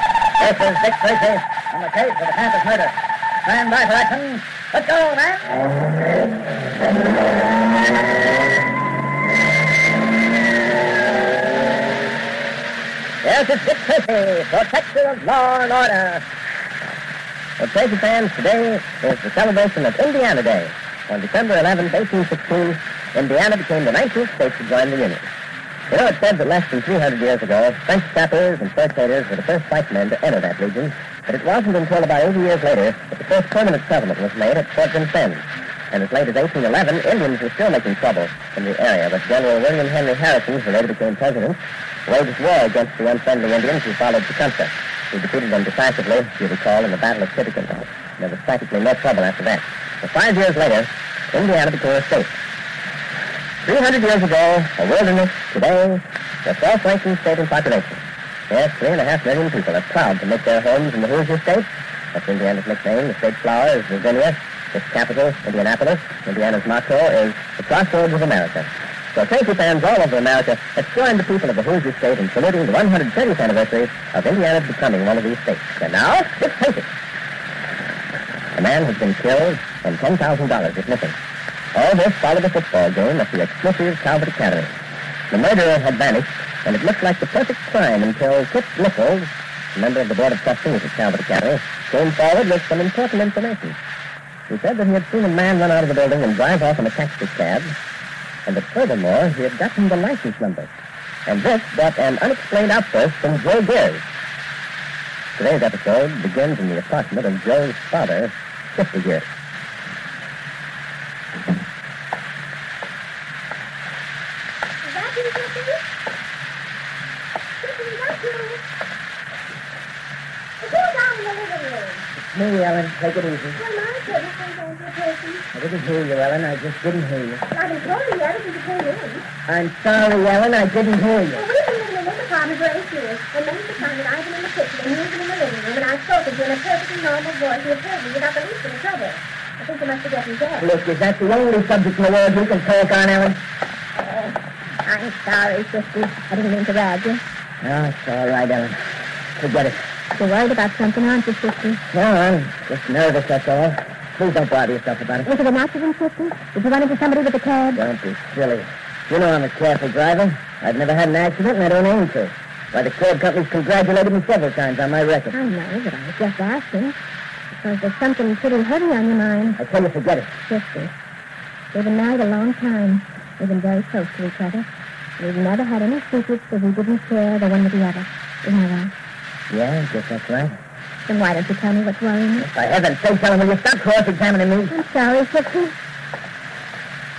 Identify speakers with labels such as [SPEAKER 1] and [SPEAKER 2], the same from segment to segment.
[SPEAKER 1] is Dick Tracy on the case of Atlantis murder. Stand by for action. Let's go, man. Yes, it's Dick Tracy, protector of law and order. Well, Tracy fans, today is the celebration of Indiana Day. On December 11, 1816, Indiana became the 19th state to join the Union. You know, it said that less than 300 years ago, French trappers and fur traders were the first white men to enter that region, but it wasn't until about 80 years later that the first permanent settlement was made at Shortland Bend. And as late as 1811, Indians were still making trouble in the area, but General William Henry Harrison, who later became president, waged war against the unfriendly Indians who followed Tecumseh. He defeated them decisively, if you recall, in the Battle of Tippecanoe. There was practically no trouble after that. But five years later, Indiana became a state. 300 years ago, a wilderness, today, the self-ranking state in population. Yes, three and a half million people are proud to make their homes in the Hoosier State. That's Indiana's nickname. The state flower is Virginia. Its capital, Indianapolis. Indiana's motto is the crossroads of America. So Tracy fans all over America have joined the people of the Hoosier State in saluting the 130th anniversary of Indiana's becoming one of these states. And now, it's Tracy. A man has been killed and $10,000 is missing. All this followed a football game at the exclusive Calvert Academy. The murderer had vanished, and it looked like the perfect crime until Kit Nichols, a member of the Board of Trustees at Calvert Academy, came forward with some important information. He said that he had seen a man run out of the building and drive off in a taxi cab, and that furthermore, he had gotten the license number. And this brought an unexplained outburst from Joe Gears. Today's episode begins in the apartment of Joe's father, Chester Gears.
[SPEAKER 2] Is that you, Tiffany? Tiffany, is that you? Go down in the living room.
[SPEAKER 1] Me, Ellen, take it easy.
[SPEAKER 2] Well, my goodness, I'm going to Tracy.
[SPEAKER 1] I didn't hear you, Ellen. I just didn't hear you.
[SPEAKER 2] I've been told you everything to came in.
[SPEAKER 1] I'm sorry, Ellen. I didn't hear
[SPEAKER 2] Well,
[SPEAKER 1] you.
[SPEAKER 2] we've been living in this apartment for eight years, and most of the time that I've been in the kitchen and you've been in the living room, and I've spoken to you in a perfectly normal voice and apparently without the least bit of trouble. I think you must be getting dead.
[SPEAKER 1] Look, is that the only subject in the world you can talk on, Ellen?
[SPEAKER 2] I'm sorry, Christy. I didn't mean to rob you.
[SPEAKER 1] No, it's all right, Ellen. Forget it.
[SPEAKER 2] You're worried about something, aren't you, Christy?
[SPEAKER 1] No, I'm just nervous, that's all. Please don't bother yourself about it.
[SPEAKER 2] Was it an accident, Christy? Did you run into somebody with a cab?
[SPEAKER 1] Don't be silly. You know I'm a careful driver. I've never had an accident, and I don't aim to. Why, the club company's congratulated me several times on my record.
[SPEAKER 2] I know, Oh, but I was just asking. Because there's something pretty heavy on your mind,
[SPEAKER 1] I tell you, forget it.
[SPEAKER 2] sister. We've been married a long time. We've been very close to each other. We've never had any secrets that we didn't share the one with the other. Isn't that right?
[SPEAKER 1] Yeah, I guess that's right.
[SPEAKER 2] Then why don't you tell me what's worrying you?
[SPEAKER 1] For heaven's sake, Ellen, will you stop cross-examining me?
[SPEAKER 2] I'm sorry, sister.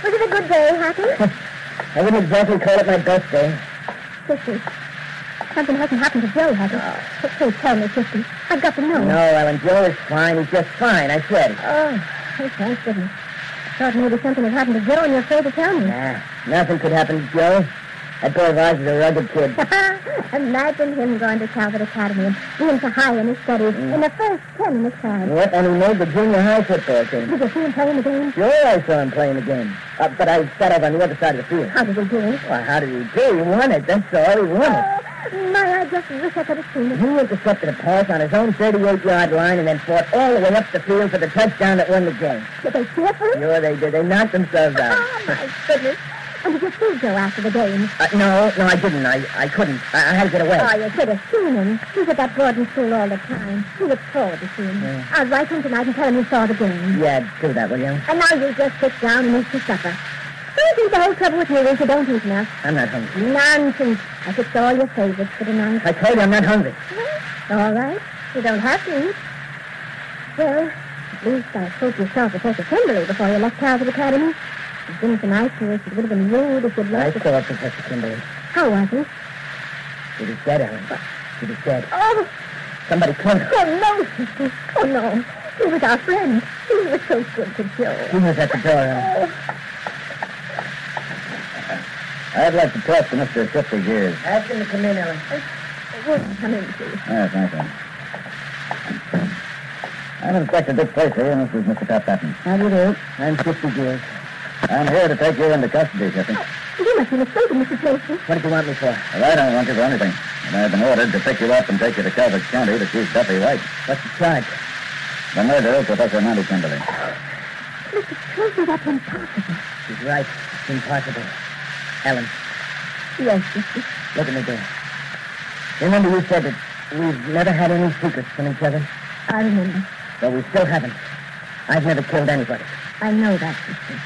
[SPEAKER 2] Was it a good day, Happy?
[SPEAKER 1] I wouldn't exactly call it my birthday.
[SPEAKER 2] sister, something hasn't happened to Joe, has it? But Please tell me, sister. I've got to know.
[SPEAKER 1] Oh, No, Ellen, Joe is fine. He's just fine, I swear. to you.
[SPEAKER 2] Oh, oh, thank goodness. Thought maybe something had happened to Joe and you're afraid to tell me.
[SPEAKER 1] Nah, Ah, nothing could happen to Joe. That boy of ours is a rugged kid.
[SPEAKER 2] Imagine him going to Calvert Academy and being so high in his studies in the first ten in his class.
[SPEAKER 1] Yep, and he made the junior high football team.
[SPEAKER 2] Did you see him playing the game?
[SPEAKER 1] Sure, I saw him playing the game. Uh, but I sat over on the other side of the field.
[SPEAKER 2] How did he do it?
[SPEAKER 1] Well, how did he do? He won it. That's all. He won it.
[SPEAKER 2] Oh, my, I just wish I could have seen it.
[SPEAKER 1] He intercepted a pass on his own 38-yard line and then fought all the way up the field for the touchdown that won the game.
[SPEAKER 2] Did they cheer for him?
[SPEAKER 1] Sure, they did. They knocked themselves
[SPEAKER 2] Oh,
[SPEAKER 1] out.
[SPEAKER 2] my goodness. And did you see Joe after the game?
[SPEAKER 1] Uh, no, no, I didn't. I, I couldn't. I, I had to get away.
[SPEAKER 2] Oh, you should have seen him. He's at that boarding school all the time. He looks forward to seeing him. I'll write him tonight and tell him you saw the game.
[SPEAKER 1] Yeah, do that, will you?
[SPEAKER 2] And now you just sit down and eat your supper. I think the whole trouble with you is you don't eat enough.
[SPEAKER 1] I'm not hungry.
[SPEAKER 2] Nonsense. I cooked all your favorites for tonight.
[SPEAKER 1] I told you I'm not hungry.
[SPEAKER 2] All right. You don't have to eat. Well, at least I hope you saw Professor Kimberly before you left Calvert Academy. It's been so nice to us. It would have been rude if you'd
[SPEAKER 1] I
[SPEAKER 2] left.
[SPEAKER 1] saw Professor Kimberly.
[SPEAKER 2] How was he?
[SPEAKER 1] He was dead, Ellen. He was dead.
[SPEAKER 2] Oh,
[SPEAKER 1] Somebody killed him.
[SPEAKER 2] oh no, sister. Oh no. He was our friend. He was so good to Joe.
[SPEAKER 1] He was at the door, Ellen.
[SPEAKER 2] Oh,
[SPEAKER 3] I'd like to talk to Mr. Shifter Gears.
[SPEAKER 1] Ask him to come in, Ellen.
[SPEAKER 2] will you come in, please?
[SPEAKER 3] Yes, thank you. I'm Inspector Dick Tracy, and this is Mr. Pat Patton.
[SPEAKER 1] How do you do? I'm 50 years.
[SPEAKER 3] I'm here to take you into custody, Shifter.
[SPEAKER 2] You must be mistaken, Mr. Tracy.
[SPEAKER 1] What did you want me for?
[SPEAKER 3] Well, I don't want you for anything. And I've been ordered to pick you up and take you to Calvert County to accuse Duffy White.
[SPEAKER 1] What's the charge?
[SPEAKER 3] The murder of Professor Monty Kimberly.
[SPEAKER 2] Mr. Tracy, that's impossible.
[SPEAKER 1] She's right. It's impossible. Ellen,
[SPEAKER 2] Yes, Mr.
[SPEAKER 1] look at me there. Remember you said that we've never had any secrets from each other?
[SPEAKER 2] I remember.
[SPEAKER 1] Well, we still haven't. I've never killed anybody.
[SPEAKER 2] I know that, Mr.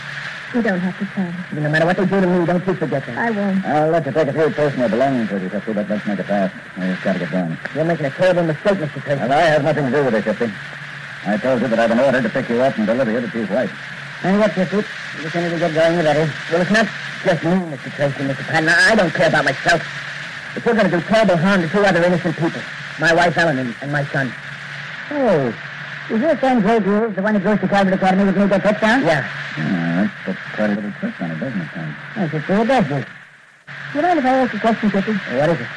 [SPEAKER 2] You don't have to tell me.
[SPEAKER 1] No matter what they do to me, don't you forget that.
[SPEAKER 2] I won't.
[SPEAKER 3] I'll let you take a few personal belongings with you, Shifty, but let's make it fast. We've got to get going.
[SPEAKER 1] You're making a terrible mistake, Mr. Tracy.
[SPEAKER 3] Well, I have nothing to do with it, Shifty. I told you that I've been ordered to pick you up and deliver you to Chief White.
[SPEAKER 1] And what, Mr. The sooner we get going, the better. Well, it's not just me, Mr. Tracy, Mr. Patton. I I don't care about myself. But you're going to do terrible harm to two other innocent people. My wife, Ellen, and, and my son.
[SPEAKER 3] Oh.
[SPEAKER 1] Is your son, Greg Rules, the one who goes to Calvert Academy with me that touchdown? Yeah.
[SPEAKER 3] that's, that's Hmm, quite a little trick on it, doesn't it, Tom?
[SPEAKER 1] Yes, it sure does, do. You mind if I ask a question, Kitty? What is it?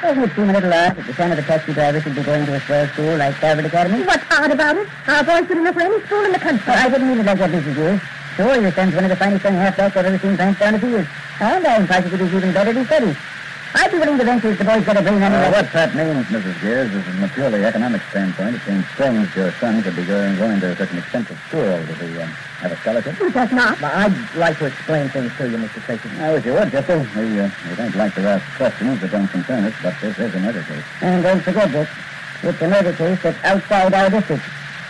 [SPEAKER 1] Doesn't it seem a little odd that the son of a taxi driver should be going to a swell school like Calvert Academy?
[SPEAKER 2] What's odd about it? Our boy's good enough for any school in the country.
[SPEAKER 1] Well, I wouldn't even like that business yours. Sure, your son's one of the finest young halfbacks I've ever seen bounce down a field. And I'm positive he's even better at his studies. I'd be willing to venture that the boy's got a brain
[SPEAKER 3] Uh,
[SPEAKER 1] anyway.
[SPEAKER 3] what that means, Mrs. Gears, is from a purely economic standpoint, it seems strange your son could be going, going to such an expensive school. Does he uh, have a scholarship?
[SPEAKER 2] He does not.
[SPEAKER 1] Well, I'd like to explain things to you, Mr. Tracy.
[SPEAKER 3] I wish you would, Chester. We, uh, we don't like to ask questions that don't concern us, but this is a murder case.
[SPEAKER 1] And don't forget this. It's a murder case that's outside our district.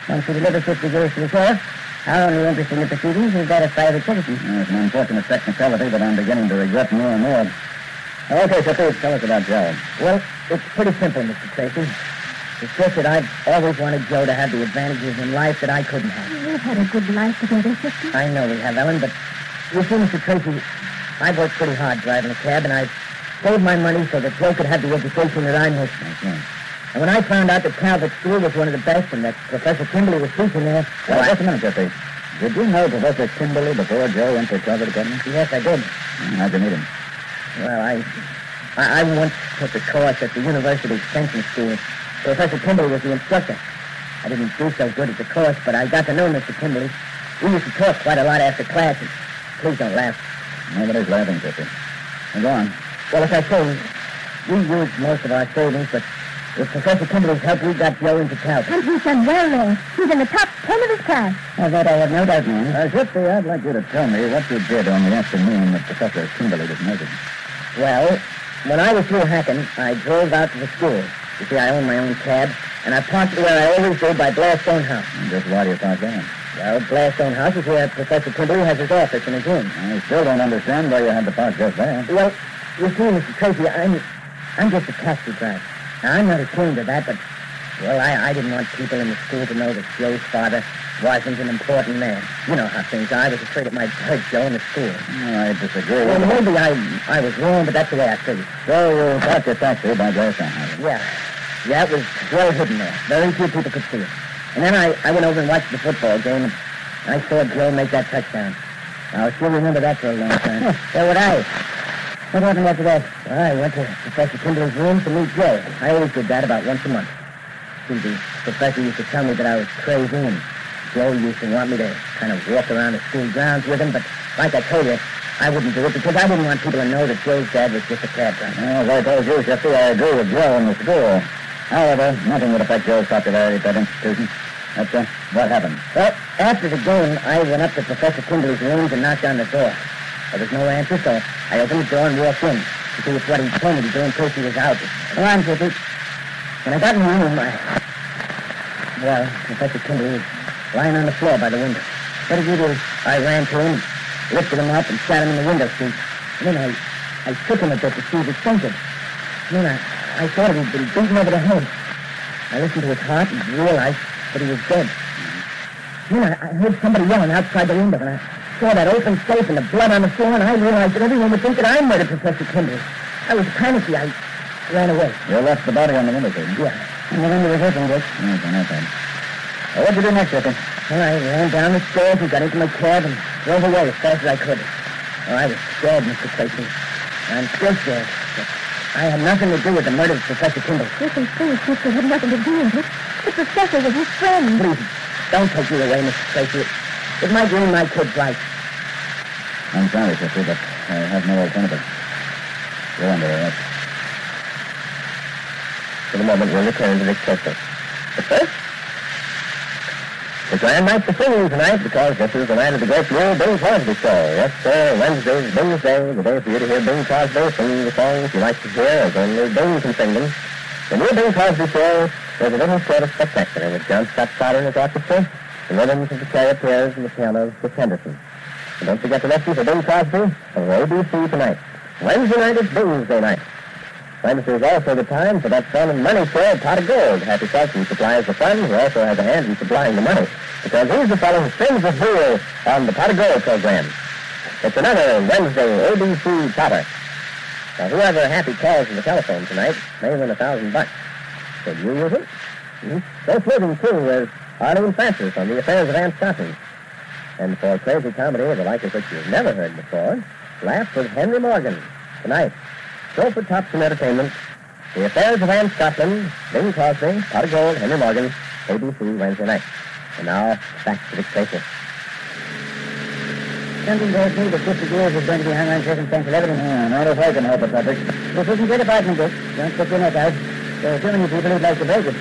[SPEAKER 1] Once you deliver 50 girls to the sheriff, our only interest in the proceedings is that of private citizen.
[SPEAKER 3] It's an unfortunate technicality that I'm beginning to regret more and more. Okay, so please tell us about Joe.
[SPEAKER 1] Well, it's pretty simple, Mr. Tracy. It's just that I've always wanted Joe to have the advantages in life that I couldn't have.
[SPEAKER 2] We've had a good life together, sister.
[SPEAKER 1] I know we have, Ellen, but you see, Mr. Tracy, I've worked pretty hard driving a cab, and I've saved my money so that Joe could have the education that I missed. And when I found out that Calvert School was one of the best and that Professor Kimberly was teaching there,
[SPEAKER 3] Well,
[SPEAKER 1] well,
[SPEAKER 3] just a
[SPEAKER 1] I,
[SPEAKER 3] minute, Jeffrey. Did you know Professor Kimberly before Joe went to Calvert Academy? Mm,
[SPEAKER 1] yes, I did.
[SPEAKER 3] How'd you meet him?
[SPEAKER 1] Well, I, I, I once took a course at the University Extension School. Professor Kimberly was the instructor. I didn't do so good at the course, but I got to know Mr. Kimberly. We used to talk quite a lot after classes. Please don't laugh.
[SPEAKER 3] Nobody's laughing, Jeffrey. Now, go on.
[SPEAKER 1] Well, as I say, we used most of our savings, but with Professor Kimberly's help, we got Joe into Calvert.
[SPEAKER 2] And he's done well there. He's in the top ten of his class.
[SPEAKER 1] Now, that I have no doubt, man.
[SPEAKER 3] Uh, Jeffrey, I'd like you to tell me what you did on the afternoon that Professor Kimberly was murdered.
[SPEAKER 1] Well, when I was through hacking, I drove out to the school. You see, I own my own cab, and I parked it where I always do by Blairstone House.
[SPEAKER 3] And Just why do you think that?
[SPEAKER 1] Well, Blairstone House is where Professor Kimberly has his office and his room.
[SPEAKER 3] I still don't understand why you had to park just there.
[SPEAKER 1] Well, you see, Mr. Tracy, I'm, I'm just a taxi driver. Now, I'm not ashamed of that, but, well, I, I didn't want people in the school to know that Joe's father wasn't an important man. You know how things are. I was afraid it might hurt Joe in the school.
[SPEAKER 3] No, I disagree
[SPEAKER 1] Well,
[SPEAKER 3] with you.
[SPEAKER 1] maybe I, I was wrong, but that's the way I figured.
[SPEAKER 3] So you parked your taxi by Blairstone House.
[SPEAKER 1] Yeah. Yeah, it was well hidden there. Very few people could see it. And then I, I went over and watched the football game, and I saw Joe make that touchdown. I'll still remember that for a long time. so would I. What happened after that? Well, I went to Professor Kimberly's room to meet Joe. I always did that about once a month. See, the professor used to tell me that I was crazy, and Joe used to want me to kind of walk around the school grounds with him, but like I told you, I wouldn't do it because I didn't want people to know that Joe's dad was just a cab driver.
[SPEAKER 3] As I told you, Shifty, I agree with Joe in the school. However, nothing would affect Joe's popularity at that institution. That's uh, what happened.
[SPEAKER 1] Well, after the game, I went up to Professor Kimberly's rooms and knocked on the door. There was no answer, so I opened the door and walked in to see if what he intended to do in case he was out. Come on, Jeffy. When I got in the room, I... Well, Professor Kimberly was lying on the floor by the window. What did you do? I ran to him, lifted him up, and sat him in the window seat. And then I, I shook him a bit to see if he fainted. Then I, I thought he'd been beaten over the head. I listened to his heart and realized that he was dead. Then I, I heard somebody yelling outside the window, and I saw that open safe and the blood on the floor, and I realized that everyone would think that I murdered Professor Kimberly. I was panicky. I ran away.
[SPEAKER 3] You left the body on the window seat.
[SPEAKER 1] Yeah. And the window was open, Dick.
[SPEAKER 3] Yes, I know, Tom. Well, what'd you do next, Shifty?
[SPEAKER 1] Well, I ran down the stairs and got into my cab and drove away as fast as I could. Oh, I was scared, Mr. Clayton. I'm still scared. But I had nothing to do with the murder of Professor Kimberly.
[SPEAKER 2] Listen, please, sister, had nothing to do with it. The professor was his friend.
[SPEAKER 1] Please, don't take me away, Mr. Clayton. It, it might ruin my kid's life.
[SPEAKER 3] I'm sorry, Shifty, but I have no alternative. Go under arrest.
[SPEAKER 1] In a moment, we'll return to Vic Chester. But first, it's Grand Night Buffoon tonight because this is the night of the great Blue Bing Crosby show. Yes, sir, Wednesday's Bing's Day, the day for you to hear Bing Crosby sing the songs you like to hear as only Bing can sing them. The new Bing Crosby show is a little sort of spectacular with John Scott Carter and his orchestra, the rhythms of the charioteers and the pianos with Henderson. And don't forget to listen for Bing Crosby of ABC tonight. Wednesday night is Bing's Day night. Wednesday is also the time for that fun and money show, Pot of Gold. Happy Felton supplies the fun, who also has a hand in supplying the money. Because he's the fellow who sings the fool on the Pot of Gold program. It's another Wednesday ABC Potter. Now, whoever Happy calls on the telephone tonight may win a thousand bucks. Could you use it? Hmm? So floating, too, is Arlene Francis on the affairs of Aunt Scotland. And for a crazy comedy, the like of which you've never heard before, laugh with Henry Morgan tonight. Guilford Thompson Entertainment, The Affairs of Anne Scotland, Bing Crosby, Pot of Gold, Henry Morgan, ABC Wednesday night. And now, back to the Tracy.
[SPEAKER 3] Sending those me that 50 years is going to be hung on circumstantial evidence. Yeah, not if I can help it, Patrick. This isn't your department, Dick. Don't stick your neck out. There are too many people who'd like to break it.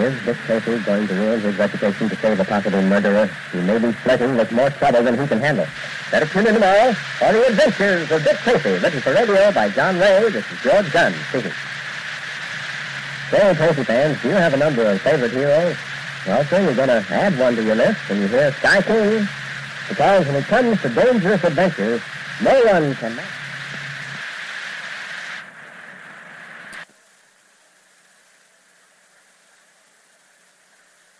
[SPEAKER 1] Is Dick Tracy going to ruin his reputation to save a possible murderer? He may be flirting with more trouble than he can handle. Better tune in tomorrow for The Adventures of Dick Tracy, written for radio by John Ray. This is George Gunn speaking. So, Tracy fans, do you have a number of favorite heroes? Well, sir, you're going to add one to your list when you hear Sky King, because when it comes to dangerous adventures, no one can match.